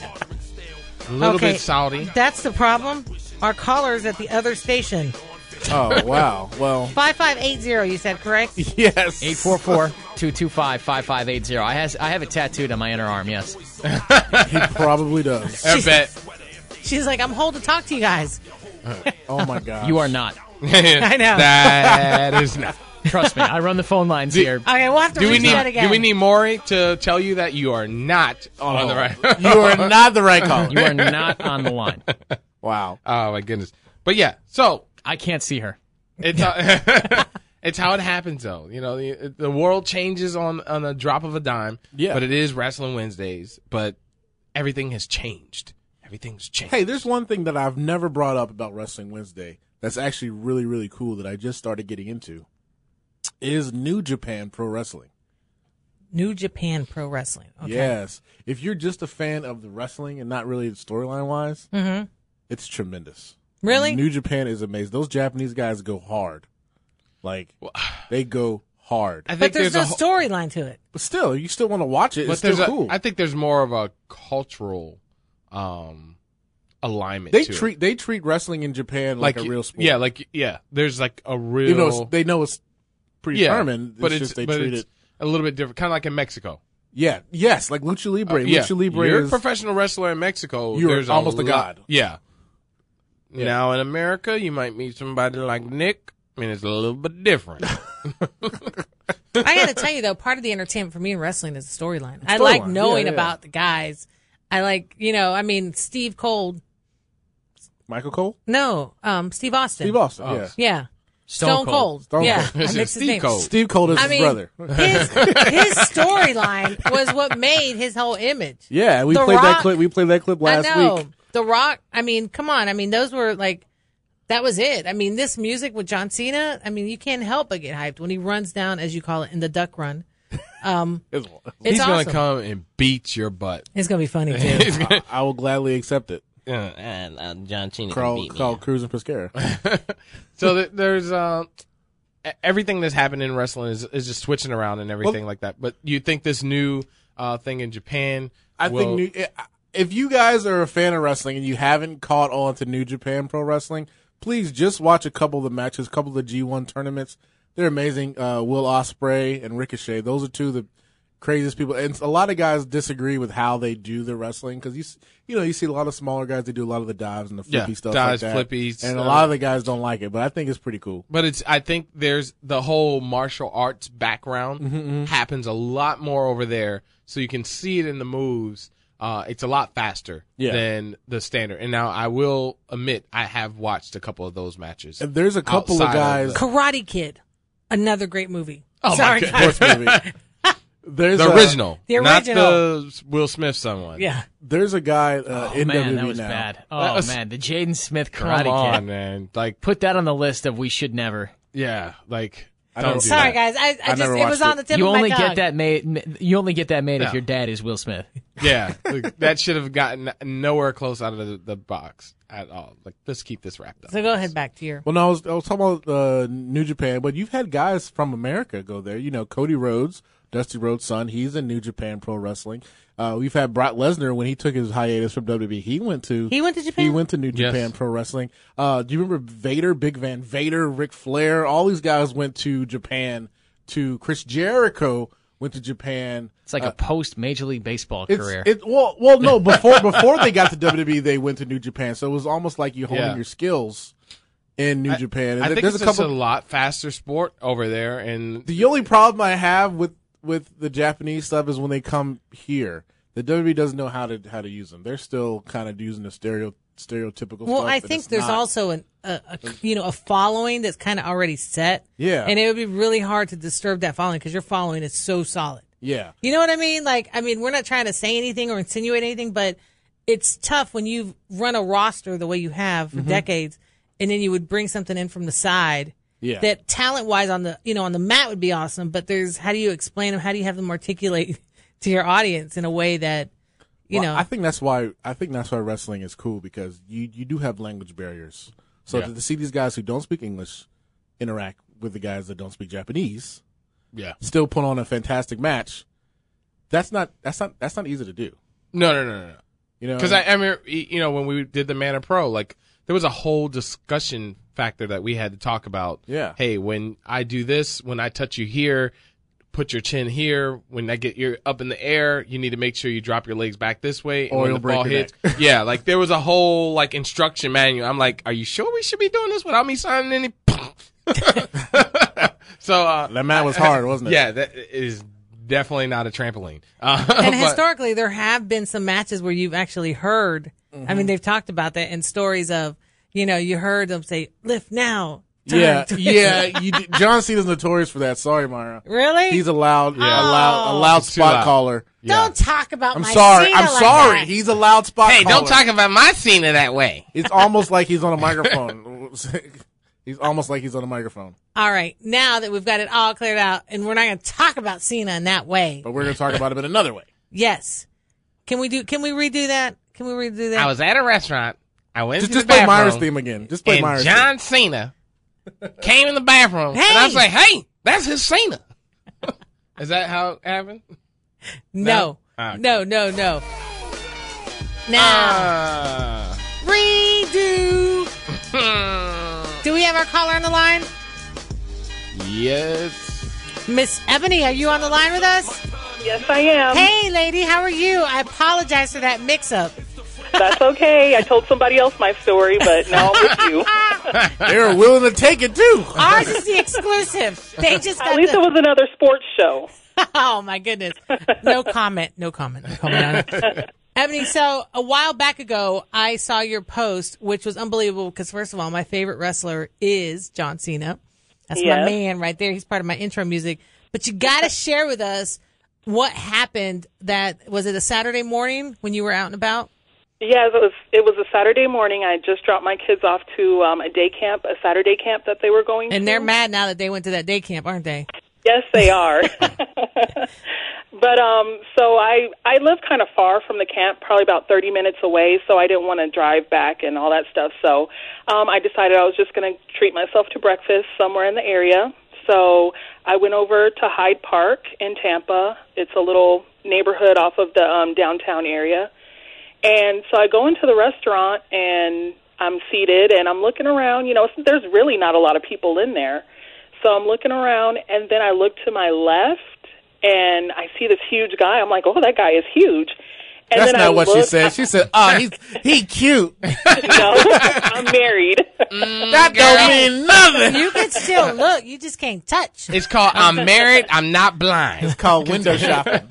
H: little
G: okay.
H: bit salty.
G: That's the problem. Our caller's at the other station.
K: Oh wow. Well,
G: 5580, you said, correct?
K: yes.
D: 844-225-5580. I has I have it tattooed on my inner arm, yes.
K: He probably does.
H: I bet.
G: She's like, I'm home to talk to you guys.
K: Oh my god.
D: You are not.
H: I
G: know.
H: That is not.
D: Trust me, I run the phone lines here.
G: Okay, we'll have to
H: Do we
G: reach out
H: need?
G: again.
H: Do we need Maury to tell you that you are not on
K: Oh.
H: the right?
K: You are not the right caller.
D: You are not on the line.
K: Wow. Uh,
H: oh my goodness. But yeah. So
D: I can't see her.
H: It's how, it's how it happens, though. You know, the, the world changes on on a drop of a dime.
K: Yeah.
H: But it is Wrestling Wednesdays. But everything has changed. Everything's changed.
K: Hey, there's one thing that I've never brought up about Wrestling Wednesday that's actually really really cool that I just started getting into is New Japan Pro Wrestling.
G: New Japan Pro Wrestling. Okay.
K: Yes. If you're just a fan of the wrestling and not really storyline wise,
D: Mm-hmm.
K: it's tremendous.
G: Really?
K: New Japan is amazing. Those Japanese guys go hard. Like they go hard.
H: I
G: but
H: think
G: there's,
H: a
G: no
H: whole-
G: storyline to it.
K: But still, you still want to watch it.
H: But
K: it's
H: there's
K: still
H: a-
K: cool.
H: I think there's more of a cultural um, alignment.
K: they
H: to it.
K: treat they treat wrestling in Japan like, a real sport.
H: Yeah, like yeah. There's like a real.
K: you know it's- they know it's predetermined.
H: but
K: it's, just they
H: but
K: treat
H: it's
K: it.
H: a little bit different, kind of like in Mexico.
K: Yeah. Yes. Like lucha libre.
H: Uh, yeah.
K: Lucha libre
H: You're
K: is
H: a professional wrestler in Mexico.
K: You're
H: there's
K: almost a
H: lot-
K: god.
H: Yeah.
K: Yeah.
H: Now in America, you might meet somebody like Nick. I mean, it's a little bit different.
G: I got to tell you though, part of the entertainment for me in wrestling is the storyline. I like
K: Storyline.
G: knowing
K: Yeah, yeah.
G: about the guys. I like, you know, I mean, Steve Cold.
K: Michael Cole,
G: No, um, Steve Austin.
K: Steve Austin.
H: Oh,
K: yeah.
G: Yeah.
D: Stone Cold.
K: Stone
G: yeah.
K: Cold.
G: I mixed
H: It's
G: his
H: Steve
G: name.
H: Cold.
K: Steve Cole is
G: I
K: his
G: mean,
K: brother.
G: his, his storyline was what made his whole image.
K: Yeah, we
G: The
K: played
G: Rock-
K: that clip. We played that clip last
G: I know.
K: week.
G: The Rock, I mean, come on. I mean, those were like, that was it. I mean, this music with John Cena, I mean, you can't help but get hyped when he runs down, as you call it, in the duck run. Um,
K: It was-
G: it's
H: He's
G: awesome.
H: gonna come and beat your butt.
G: It's going to be funny, too.
K: I, I will gladly accept it.
H: Uh, and, uh, John Cena
K: Carl, Carl Cruz and Pescara.
H: So th- there's uh, e- everything that's happened in wrestling is, is just switching around and everything like that. But you think this new uh, thing in Japan?
K: I
H: will-
K: think new, eh, if you guys are a fan of wrestling and you haven't caught on to New Japan Pro Wrestling, please just watch a couple of the matches, a couple of the G1 tournaments. They're amazing. Uh, Will Osprey and Ricochet. Those are two of the craziest people. And a lot of guys disagree with how they do the wrestling because you s- you know you see a lot of smaller guys. They do a lot of the dives and the flippy
H: Yeah,
K: stuff.
H: dives,
K: like that.
H: flippies,
K: and a
H: uh,
K: lot of the guys don't like it. But I think it's pretty cool.
H: But it's I think there's the whole martial arts background
K: Mm-hmm,
H: happens a lot more over there, so you can see it in the moves. Uh, it's a lot faster
K: Yeah.
H: than the standard. And now I will admit I have watched a couple of those matches.
K: And there's a couple of
H: outside
K: guys.
H: the,
G: Karate Kid, another great movie.
H: Oh, my
G: Sorry,
H: God.
G: guys.
K: Sports movie. There's
H: the
K: a-
H: original,
G: The
H: not
G: original.
H: the Will Smith someone.
G: Yeah.
K: There's a guy uh,
D: Oh,
K: in
D: man,
K: WWE
D: that was
K: now.
D: bad. Oh,
H: E That was-
D: man, the Jaden Smith
H: come
D: karate
H: on,
D: kid.
H: man. Like
D: Put that on the list of we should never.
H: yeah, like
K: I
H: don't
K: don't-
H: do
G: Sorry,
H: that.
G: guys. I, I,
K: I
G: just,
K: never
G: it was
K: watched
G: on the
K: it.
G: tip
D: you
G: of my
D: only
G: tongue.
D: get that made. You only get that made
H: No.
D: if your dad is Will Smith.
H: Yeah, like, that should have gotten nowhere close out of the, the box at all. Like let's keep this wrapped up.
G: So go ahead back to your.
K: Well, no, I was, I was talking about uh, New Japan, but you've had guys from America go there. You know, Cody Rhodes, Dusty Rhodes' son, he's in New Japan Pro Wrestling. Uh, we've had Brock Lesnar when he took his hiatus from WWE. He went to
G: He went to Japan?
K: He went to New
H: Yes.
K: Japan Pro Wrestling. Uh, do you remember Vader, Big Van Vader, Ric Flair? All these guys went to Japan. To Chris Jericho went to Japan. Uh,
D: It's like a post Major League Baseball
K: It's,
D: career.
K: It, well, well, no. Before before they got to WWE, they went to New Japan, so it was almost like you honing
H: Yeah.
K: your skills in New Japan. And
H: I
K: there-
H: think
K: there's
H: it's
K: a
H: just a
K: couple.
H: lot faster sport over there, and
K: the only problem I have with with the Japanese stuff is when they come here, the WWE doesn't know how to how to use them. They're still kind of using the stereo stereotypical.
G: Well,
K: stuff,
G: I
K: and
G: think
K: it's
G: there's
K: not-
G: also an a, a you know a following that's kind of already set.
K: Yeah.
G: and it would be really hard to disturb that following because your following is so solid.
K: yeah.
G: You know what I mean? Like, I mean, we're not trying to say anything or insinuate anything, but it's tough when you've run a roster the way you have for
K: Mhm.
G: decades, and then you would bring something in from the side.
K: Yeah.
G: That talent wise on the you know on the mat would be awesome, but there's how do you explain them? How do you have them articulate to your audience in a way that you
K: Well,
G: know
K: I think that's why I think that's why wrestling is cool because you you do have language barriers. So
L: Yeah.
K: to, to see these guys who don't speak English interact with the guys that don't speak Japanese,
L: Yeah.
K: still put on a fantastic match. That's not that's not that's not easy to do.
H: No, no, no, no.
K: You know,
H: Because I, I mean, you know, when we did the Man of Pro, like there was a whole discussion factor that we had to talk about.
K: Yeah.
H: Hey, when I do this, when I touch you here, put your chin here. When I get your up in the air, you need to make sure you drop your legs back this way.
K: Or
H: when
K: it'll
H: the
K: break
H: ball
K: your
H: hits, yeah. Like there was a whole like instruction manual. I'm like, are you sure we should be doing this without me signing any? so uh,
K: that mat was hard, wasn't it?
H: Yeah, that is definitely not a trampoline. Uh,
G: and
H: but-
G: historically there have been some matches where you've actually heard i
K: Mm-hmm.
G: mean they've talked about that in stories of you know you heard them say lift now turn,
K: yeah,
G: twist."
K: yeah. You, d- John Cena's notorious for that. Sorry, Myra.
G: Really?
K: He's a loud, a loud, a
G: Oh.
K: loud
G: He's too
K: spot
H: loud.
K: caller.
G: don't talk about
K: I'm
G: my
K: sorry.
G: Cena
K: I'm
G: like
K: sorry.
G: that.
K: He's a loud spot.
H: Hey, don't
K: caller.
H: talk about my Cena that way.
K: It's almost like he's on a microphone. he's almost like he's on a microphone.
G: all right now that we've got it all cleared out and we're not going to talk about cena in that way
K: But we're going to talk about him in another way.
G: yes can we do can we redo that can we redo that
H: I was at a restaurant. I went
K: Just,
H: to
K: just
H: the
K: play
H: bathroom.
K: Myra's theme again. Just play
H: and
K: Myra's.
H: John Cena came in the bathroom, and I was
G: Hey!
H: like, "Hey, that's his Cena." Is that how it happened?
G: no
H: Ah, okay.
G: no no no now
H: Uh,
G: redo do we have our caller on the line
H: yes.
G: Miss Ebony, are you on the line with us?
I: Yes, I am.
G: Hey, lady, how are you? I apologize for that mix up.
I: That's okay. I told somebody else my story, but now I'm with you.
K: theme. They were willing to take it too.
G: Ah, Ours is the exclusive. They just got
I: At least
G: the-
I: it was another sports show.
G: Oh, my goodness. No comment. No comment. No comment on it. Ebony, so a while back ago, I saw your post, which was unbelievable because, first of all, my favorite wrestler is John Cena. That's my
I: Yes.
G: man right there. He's part of my intro music. But you got to share with us what happened that was it a Saturday morning when you were out and about?
I: Yes, it was. It was a Saturday morning. I just dropped my kids off to um, a day camp, a Saturday camp that they were going.
G: And
I: to.
G: they're mad now that they went to that day camp, aren't they?
I: Yes, they are. but um so I I live kind of far from the camp, probably about 30 minutes away, so I didn't want to drive back and all that stuff. So um I decided I was just going to treat myself to breakfast somewhere in the area. So I went over to Hyde Park in Tampa. It's a little neighborhood off of the um downtown area. And so I go into the restaurant and I'm seated and I'm looking around, you know, it's- there's really not a lot of people in there. So I'm looking around, and then I look to my left, and I see this huge guy. I'm like, oh, that guy is huge. And
K: That's
I: then
K: not
I: I
K: what she
I: look-
K: said. She said, "Ah, he's he cute."
I: no, I'm married.
K: that don't mean nothing.
G: You can still look, you just can't touch.
H: It's called "I'm Married, I'm Not Blind."
K: It's called window shopping.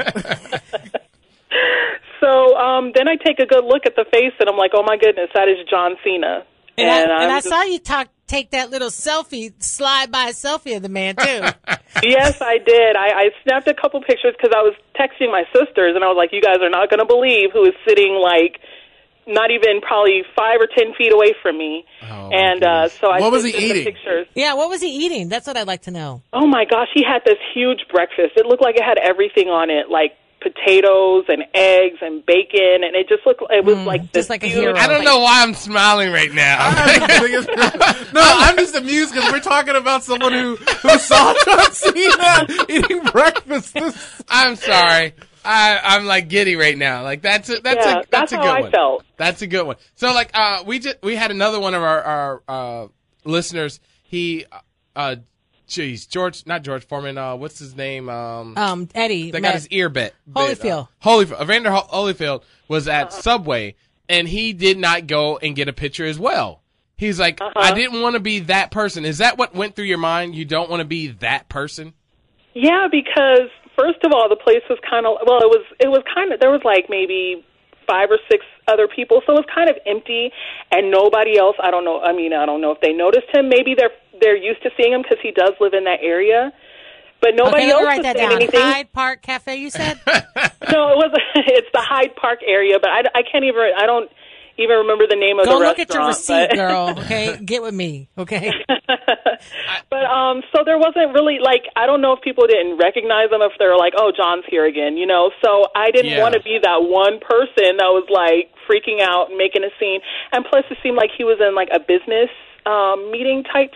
I: So um, then I take a good look at the face, and I'm like, oh my goodness, that is John Cena.
G: And, I, and
I: I'm
G: I
I: just-
G: saw you talk, take that little selfie, slide by selfie of the man too.
I: yes, I did. I, I snapped a couple pictures because I was texting my sisters, and I was like, "You guys are not going to believe who is sitting like not even probably five or ten feet away from me." and uh, so I
K: Oh, What was he
I: sent them the
K: eating?
I: Pictures.
G: yeah, what was he eating? That's what I'd like to know.
I: Oh my gosh, he had this huge breakfast. It looked like it had everything on it, like potatoes and eggs and bacon, and it just looked. It was like this
G: just like a
I: huge-
G: hero.
H: I don't know why I'm smiling right now.
K: no, I'm just amused because we're talking about someone who who saw John Cena eating breakfast. This-
H: I'm sorry. I, I'm like giddy right now. Like that's a, that's
I: Yeah,
H: a that's,
I: that's
H: a
I: how
H: good
I: I
H: one.
I: felt.
H: That's a good one. So like uh, we just we had another one of our our uh, listeners. He, uh, geez, George, not George Foreman. Uh, what's his name? Um,
G: Um, Eddie,
H: that
G: met-
H: got his ear bit. bit,
G: Holyfield.
H: uh, Holyfield. Evander Ho- Holyfield was at Subway, and he did not go and get a picture as well. He's like, I didn't want to be that person. Is that what went through your mind? You don't want to be that person.
I: Yeah, because first of all, the place was kind of well, it was it was kind of there was like maybe five or six other people, so it was kind of empty, and nobody else. I don't know. I mean, I don't know if they noticed him. Maybe they're they're used to seeing him because he does live in that area. But nobody
G: okay, let
I: else
G: me write
I: was
G: that
I: saying
G: down.
I: anything.
G: Hyde Park Cafe, you said?
I: no, it was. It's the Hyde Park area, but I, I can't even. I don't even remember the name of
G: Go
I: the
G: look
I: restaurant.
G: at your receipt,
I: but-
G: girl. Okay, get with me. Okay,
I: But um, so there wasn't really like I don't know if people didn't recognize them if they're like, oh, John's here again, you know. So I didn't
L: Yeah.
I: want to be that one person that was like freaking out and making a scene. And plus, it seemed like he was in like a business um, meeting type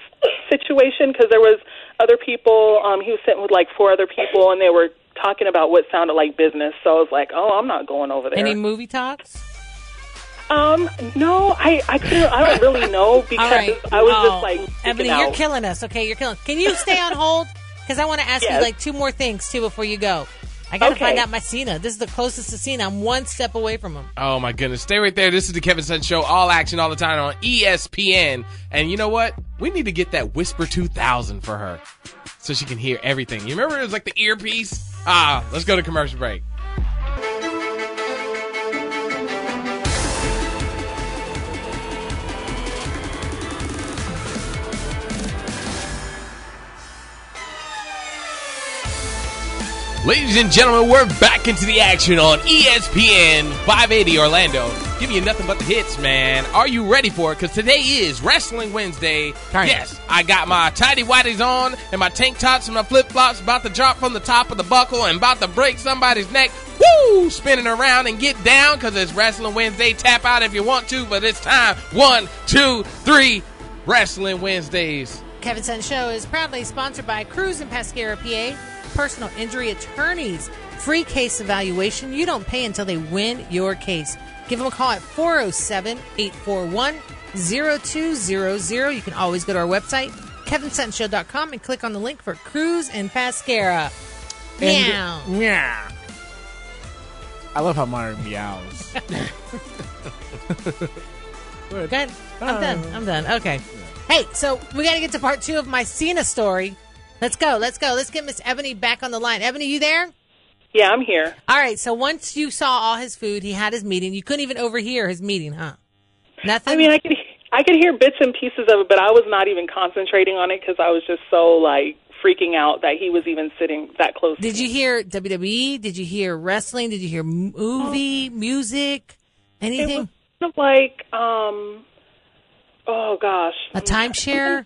I: situation because there was other people. Um, he was sitting with like four other people, and they were talking about what sounded like business. So I was like, oh, I'm not going over there.
G: any movie talks?
I: um, no, I I couldn't. I don't really know because
G: right.
I: I was
G: Oh,
I: just like freaking
G: Ebony,
I: out.
G: you're killing us. Okay, you're killing. Can you stay on hold? Because I want to ask you
I: Yes.
G: like two more things too before you go. I gotta
I: Okay.
G: find out my Cena. This is the closest to Cena. I'm one step away from him.
H: Oh my goodness. Stay right there. This is the Kevin Sun Show, all action all the time on E ESPN. And you know what? We need to get that Whisper 2000 for her so she can hear everything. You remember it was like the earpiece? Ah, let's go to commercial break. Ladies and gentlemen, we're back into the action on E ESPN 580 Orlando. Giving you nothing but the hits, man. Are you ready for it? Because today is Wrestling Wednesday. Yes, I got my tidy whities on and my tank tops and my flip flops about to drop from the top of the buckle and about to break somebody's neck. Woo! Spinning around and get down because it's Wrestling Wednesday. Tap out if you want to, but it's time. One, two, three. Wrestling Wednesdays.
G: Kevin Sun Show is proudly sponsored by Cruz and Pascara PA, personal injury attorneys. Free case evaluation. You don't pay until they win your case. Give them a call at 407 841 0200. You can always go to our website, kevinsunshow.com, and click on the link for Cruz and Pascara.
K: And-
G: Meow.
K: Meow. I love how Myron meows.
G: Go ahead. I'm done. I'm done. Okay. Hey, so we got to get to part two of my Cena story. Let's go. Let's go. Let's get Miss Ebony back on the line. Ebony, you there?
I: Yeah, I'm here.
G: All right. So once you saw all his food, he had his meeting. You couldn't even overhear his meeting, huh? Nothing.
I: I mean, I could I could hear bits and pieces of it, but I was not even concentrating on it because I was just so like freaking out that he was even sitting that close.
G: Did you hear WWE? Did you hear wrestling? Did you hear movie, music, anything?
I: It was kind of like, um, oh gosh,
G: A timeshare?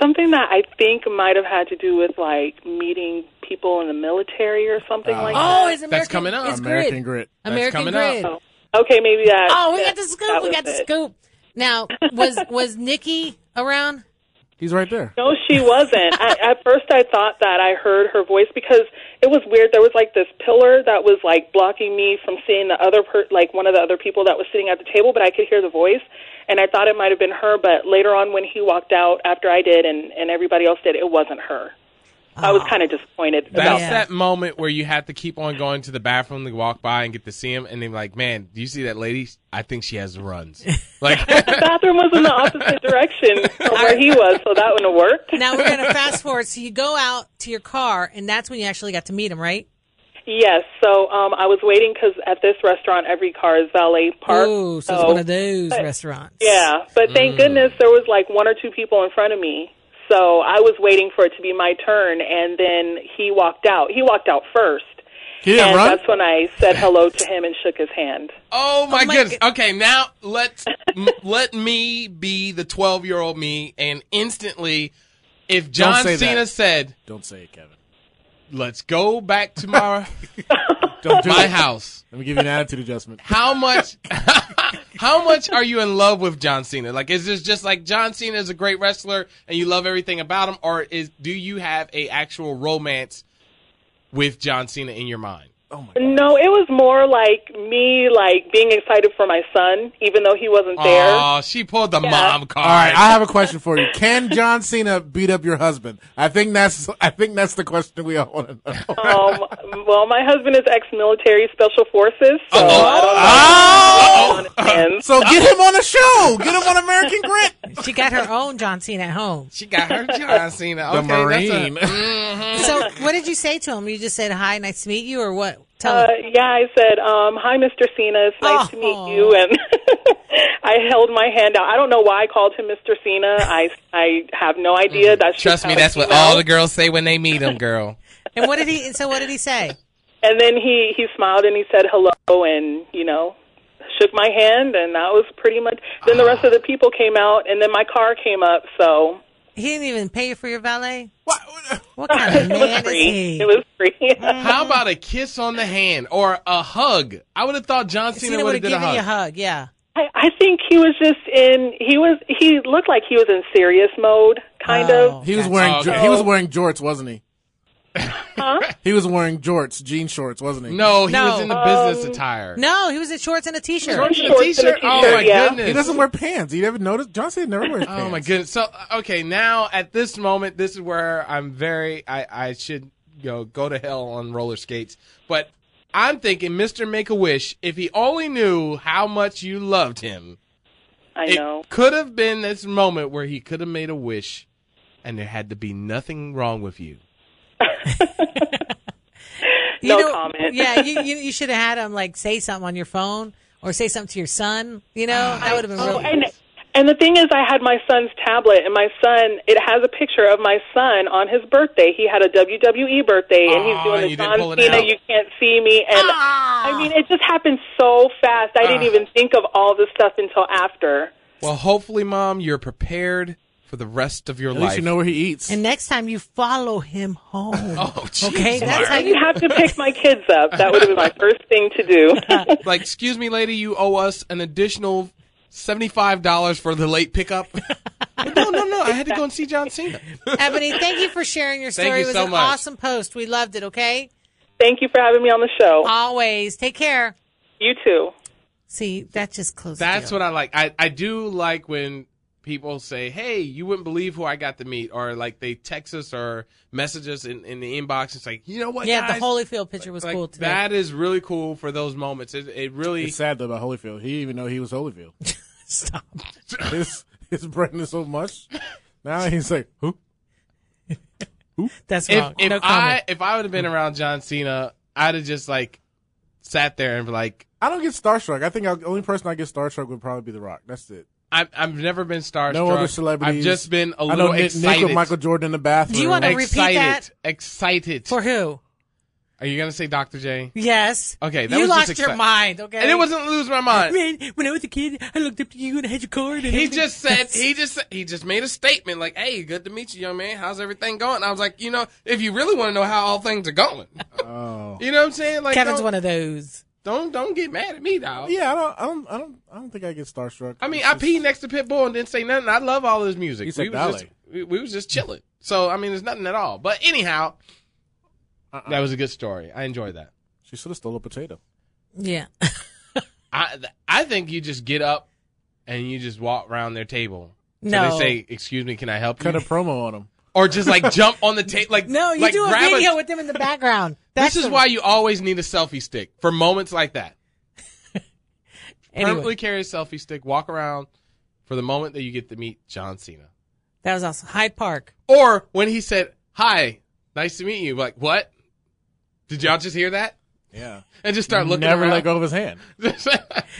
I: something that I think might have had to do with like meeting people in the military or something like that.
G: Oh, it's American. It's
K: American Grit. That's
G: American
K: coming
G: Grid.
K: up.
I: Okay, maybe that.
G: Oh, we
I: that-
G: got the
I: that
G: scoop. We
I: was
G: got the
I: it.
G: scoop. Now, was was Nikki around?
K: He's right there.
I: No, she wasn't. I, at first, I thought that I heard her voice because it was weird. There was like this pillar that was like blocking me from seeing the other, per- like one of the other people that was sitting at the table, but I could hear the voice, and I thought it might have been her. But later on, when he walked out after I did, and and everybody else did, it wasn't her. I
G: Oh.
I: was kind of disappointed about
H: That's that moment where you have to keep on going to the bathroom to walk by and get to see him, and they're like, "Man, do you see that lady? I think she has runs." Like,
I: the bathroom was in the opposite direction from where he was, so that wouldn't have worked.
G: Now we're gonna fast forward. So you go out to your car, and that's when you actually got to meet him, right?
I: Yes, so um, I was waiting because at this restaurant, every car is valet parked.
G: Ooh, so it's one of those restaurants.
I: Oh. Yeah, but thank goodness there was like one or two people in front of me. So I was waiting for it to be my turn, and then he walked out. He walked out first.
H: He didn't
I: and
H: run?
I: that's when I said hello to him and shook his hand.
H: oh my, goodness! Okay, now let m- let me be the twelve year old me, and instantly, if John
K: say that.
H: Cena said,
K: Don't say it, Kevin.
H: "Let's go back tomorrow,"
K: Don't do
H: my
K: it.
H: house.
K: Let me give you an attitude adjustment.
H: How much? how much are you in love with John Cena? Like, is this just like John Cena is a great wrestler and you love everything about him, or is do you have a actual romance with John Cena in your mind?
K: Oh
I: No, it was more like me, like being excited for my son, even though he wasn't there.
H: Oh, she pulled the mom card.
K: All right, I have a question for you. Can John Cena beat up your husband? I think that's I think that's the question we all want to know.
I: um, well, my husband is ex-military special forces, so
K: Oh,
I: I don't know.
K: So get him on the show. Get him on American Grit.
G: She got her own John Cena at home.
H: She got her John Cena.
K: The
H: Okay, that's a-
K: Marine.
H: Mhm.
G: So what did you say to him? You just said hi, nice to meet you, or what? Tell
I: uh, yeah, I said, um, "Hi, Mr. Cena. It's nice to meet
H: Oh.
I: you." And I held my hand out. I don't know why I called him Mr. Cena. I I have no idea. That's just
H: Mm. Trust me,
I: how
H: that's
I: he
H: what
I: smells.
H: all the girls say when they meet him, girl.
G: And what did he? So what did he say?
I: And then he he smiled and he said hello and you know shook my hand and that was pretty much. Then the rest of
H: Ah.
I: the people came out and then my car came up. So
G: He didn't even pay for your valet. What? What kind of man is he?
I: it was free.
H: How about a kiss on the hand or a hug? I would have thought John Cena,
G: Cena would
H: would have did
G: given
H: a hug.
G: you a hug. Yeah.
I: I, I think he was just in he was he looked like he was in serious mode kind
G: Oh,
H: Oh.
I: of.
K: He was wearing jo- he was wearing jorts, wasn't he?
I: Huh?
K: He was wearing jorts, jean shorts, wasn't he?
H: No,
G: he No. was in the business Um,
K: attire.
G: No, he was in shorts and a t-shirt.
H: Shorts and a Shorts and a t-shirt? Oh, my yeah. goodness.
K: He doesn't wear pants. You never noticed? John Cena never wears
H: Oh
K: pants.
H: my goodness! So okay, now at this moment, this is where I'm very I I should go go to hell on roller skates, but I'm thinking Mr. Make a Wish. If he only knew how much you loved him,
I: I know.
H: could have been this moment where he could have made a wish, and there had to be nothing wrong with you.
I: no
G: know-
I: comment.
G: yeah, you you, you should have had him like say something on your phone or say something to your son. You know, that would have been
I: Oh,
G: really.
I: and and the thing is, I had my son's tablet, and my son it has a picture of my son on his birthday. He had a WWE birthday, and he's doing the
H: you didn't
I: John
H: pull it
I: Cena.
H: out.
I: You can't see me, and I mean, it just happened so fast. I didn't
H: Ah.
I: even think of all this stuff until after.
H: Well, hopefully, Mom, you're prepared for the rest of your
K: At
H: life.
K: least you know where he eats.
G: And next time you follow him home.
H: Oh, jeez,
G: okay, that's
H: Mark.
G: how
I: I
G: you
I: didn't have to pick my kids up. That would have been my first thing to do.
H: like, excuse me, lady, you owe us an additional seventy-five dollars for the late pickup. no, no, no! I had to go and see John Cena.
G: Ebony, thank you for sharing your
H: Thank
G: story.
H: you
G: it was
H: so
G: an
H: much.
G: awesome post. We loved it, okay?
I: Thank you for having me on the show.
G: Always. Take care.
I: You too.
G: See, that just closes.
H: That's what I like. I I do like when people say, "Hey, you wouldn't believe who I got to meet," or like they text us or message us in, in the inbox. It's like, you know what?
G: Yeah,
H: guys?
G: the Holyfield picture was
H: Like,
G: cool today. uh,
H: That is really cool for those moments. It, it really.
K: It's sad though about Holyfield. He didn't even know he was Holyfield.
G: Stop.
K: his his brain is so much. Now he's like, who?
G: That's
H: if
G: wrong.
H: if
G: no
H: I
G: comment.
H: if I would have been around John Cena, I'd have just like sat there and be like,
K: I don't get starstruck. I think I, the only person I get starstruck would probably be The Rock. That's it.
H: I've I've never been starstruck.
K: No other celebrities.
H: I've just been a
K: I
H: little
K: know Nick, Nick
H: excited.
K: with Michael Jordan in the bathroom.
G: Do you want to repeat
H: excited,
G: that?
H: excited.
G: For who?
H: Are you gonna say Dr. J?
G: Yes.
H: Okay, that
G: you
H: was just
G: lost your
H: exciting.
G: mind, okay?
H: And it wasn't lose my mind.
G: Man, when I was a kid, I looked up to you and I had your card. And
H: He
G: everything.
H: just said he just he just made a statement like, "Hey, good to meet you, young man. How's everything going?" I was like, you know, if you really want to know how all things are going,
K: Oh.
H: you know what I'm saying? Like,
G: Kevin's
H: don't,
G: one of those.
H: don't don't get mad at me, dog.
K: Yeah, I don't, I don't, I don't, I don't think I get starstruck.
H: I mean,
K: It's
H: I
K: just-
H: peed next to Pitbull and didn't say nothing. I love all his music.
K: He said
H: we was just
K: ballet.
H: we, we was just chilling. So I mean, there's nothing at all. But anyhow,
K: Uh-uh.
H: that was a good story. I enjoyed that.
K: She should have stole a potato.
G: Yeah.
H: I th- I think you just get up and you just walk around their table. So
G: No.
H: they say, "Excuse me, can I help
K: Cut
H: you?"
K: a promo on him.
H: Or just like jump on the table, like
G: No, you
H: like,
G: do a
H: grab
G: video with them in the background. That's
H: this is
G: the-
H: why you always need a selfie stick for moments like that.
G: Anyway,
H: Permanently carry a selfie stick, walk around for the moment that you get to meet John Cena.
G: that was awesome. Hyde Park.
H: Or when he said, Hi, nice to meet you. Like, what? Did y'all just hear that?
K: Yeah.
H: And just start looking
K: Never let
H: around.
K: go of his hand.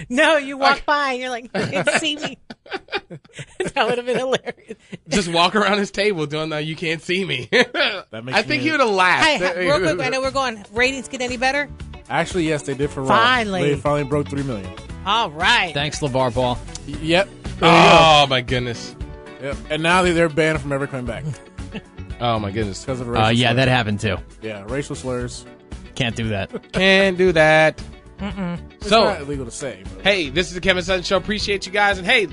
G: No, you walk by and you're like, "You didn't see me. that would have been hilarious.
H: just walk around his table doing that. You can't see me. that
K: makes
H: I think
K: me-
H: he would have laughed.
G: Hey, ha- real quick, I know we're going. Ratings get any better?
K: Actually, yes, they did for Raw.
G: Finally.
K: they finally broke three million.
G: All right.
D: Thanks, LeVar Ball.
K: Y- Yep. There you go.
H: Oh, my goodness.
K: Yep. And now they- they're banned from ever coming back
H: Oh, my goodness.
K: because of racial.
D: Uh, yeah,
K: slurs.
D: that happened too.
K: Yeah, racial slurs.
D: Can't do that.
H: Can't do that.
K: It's
H: So-
K: not illegal to say. But
H: Hey, this is the Kevin Sutton Show. Appreciate you guys. And hey,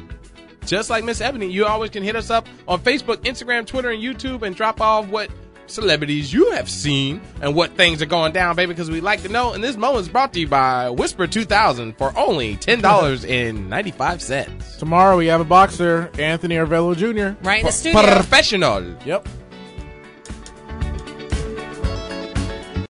H: just like Miss Ebony, you always can hit us up on Facebook, Instagram, Twitter, and YouTube and drop off what celebrities you have seen and what things are going down, baby, because we like to know. And this moment is brought to you by Whisper 2000 for only $10.95.
K: tomorrow we have a boxer, Anthony Arvello Jr.
G: Right in the
H: Pro-
G: studio.
H: Professional.
K: Yep.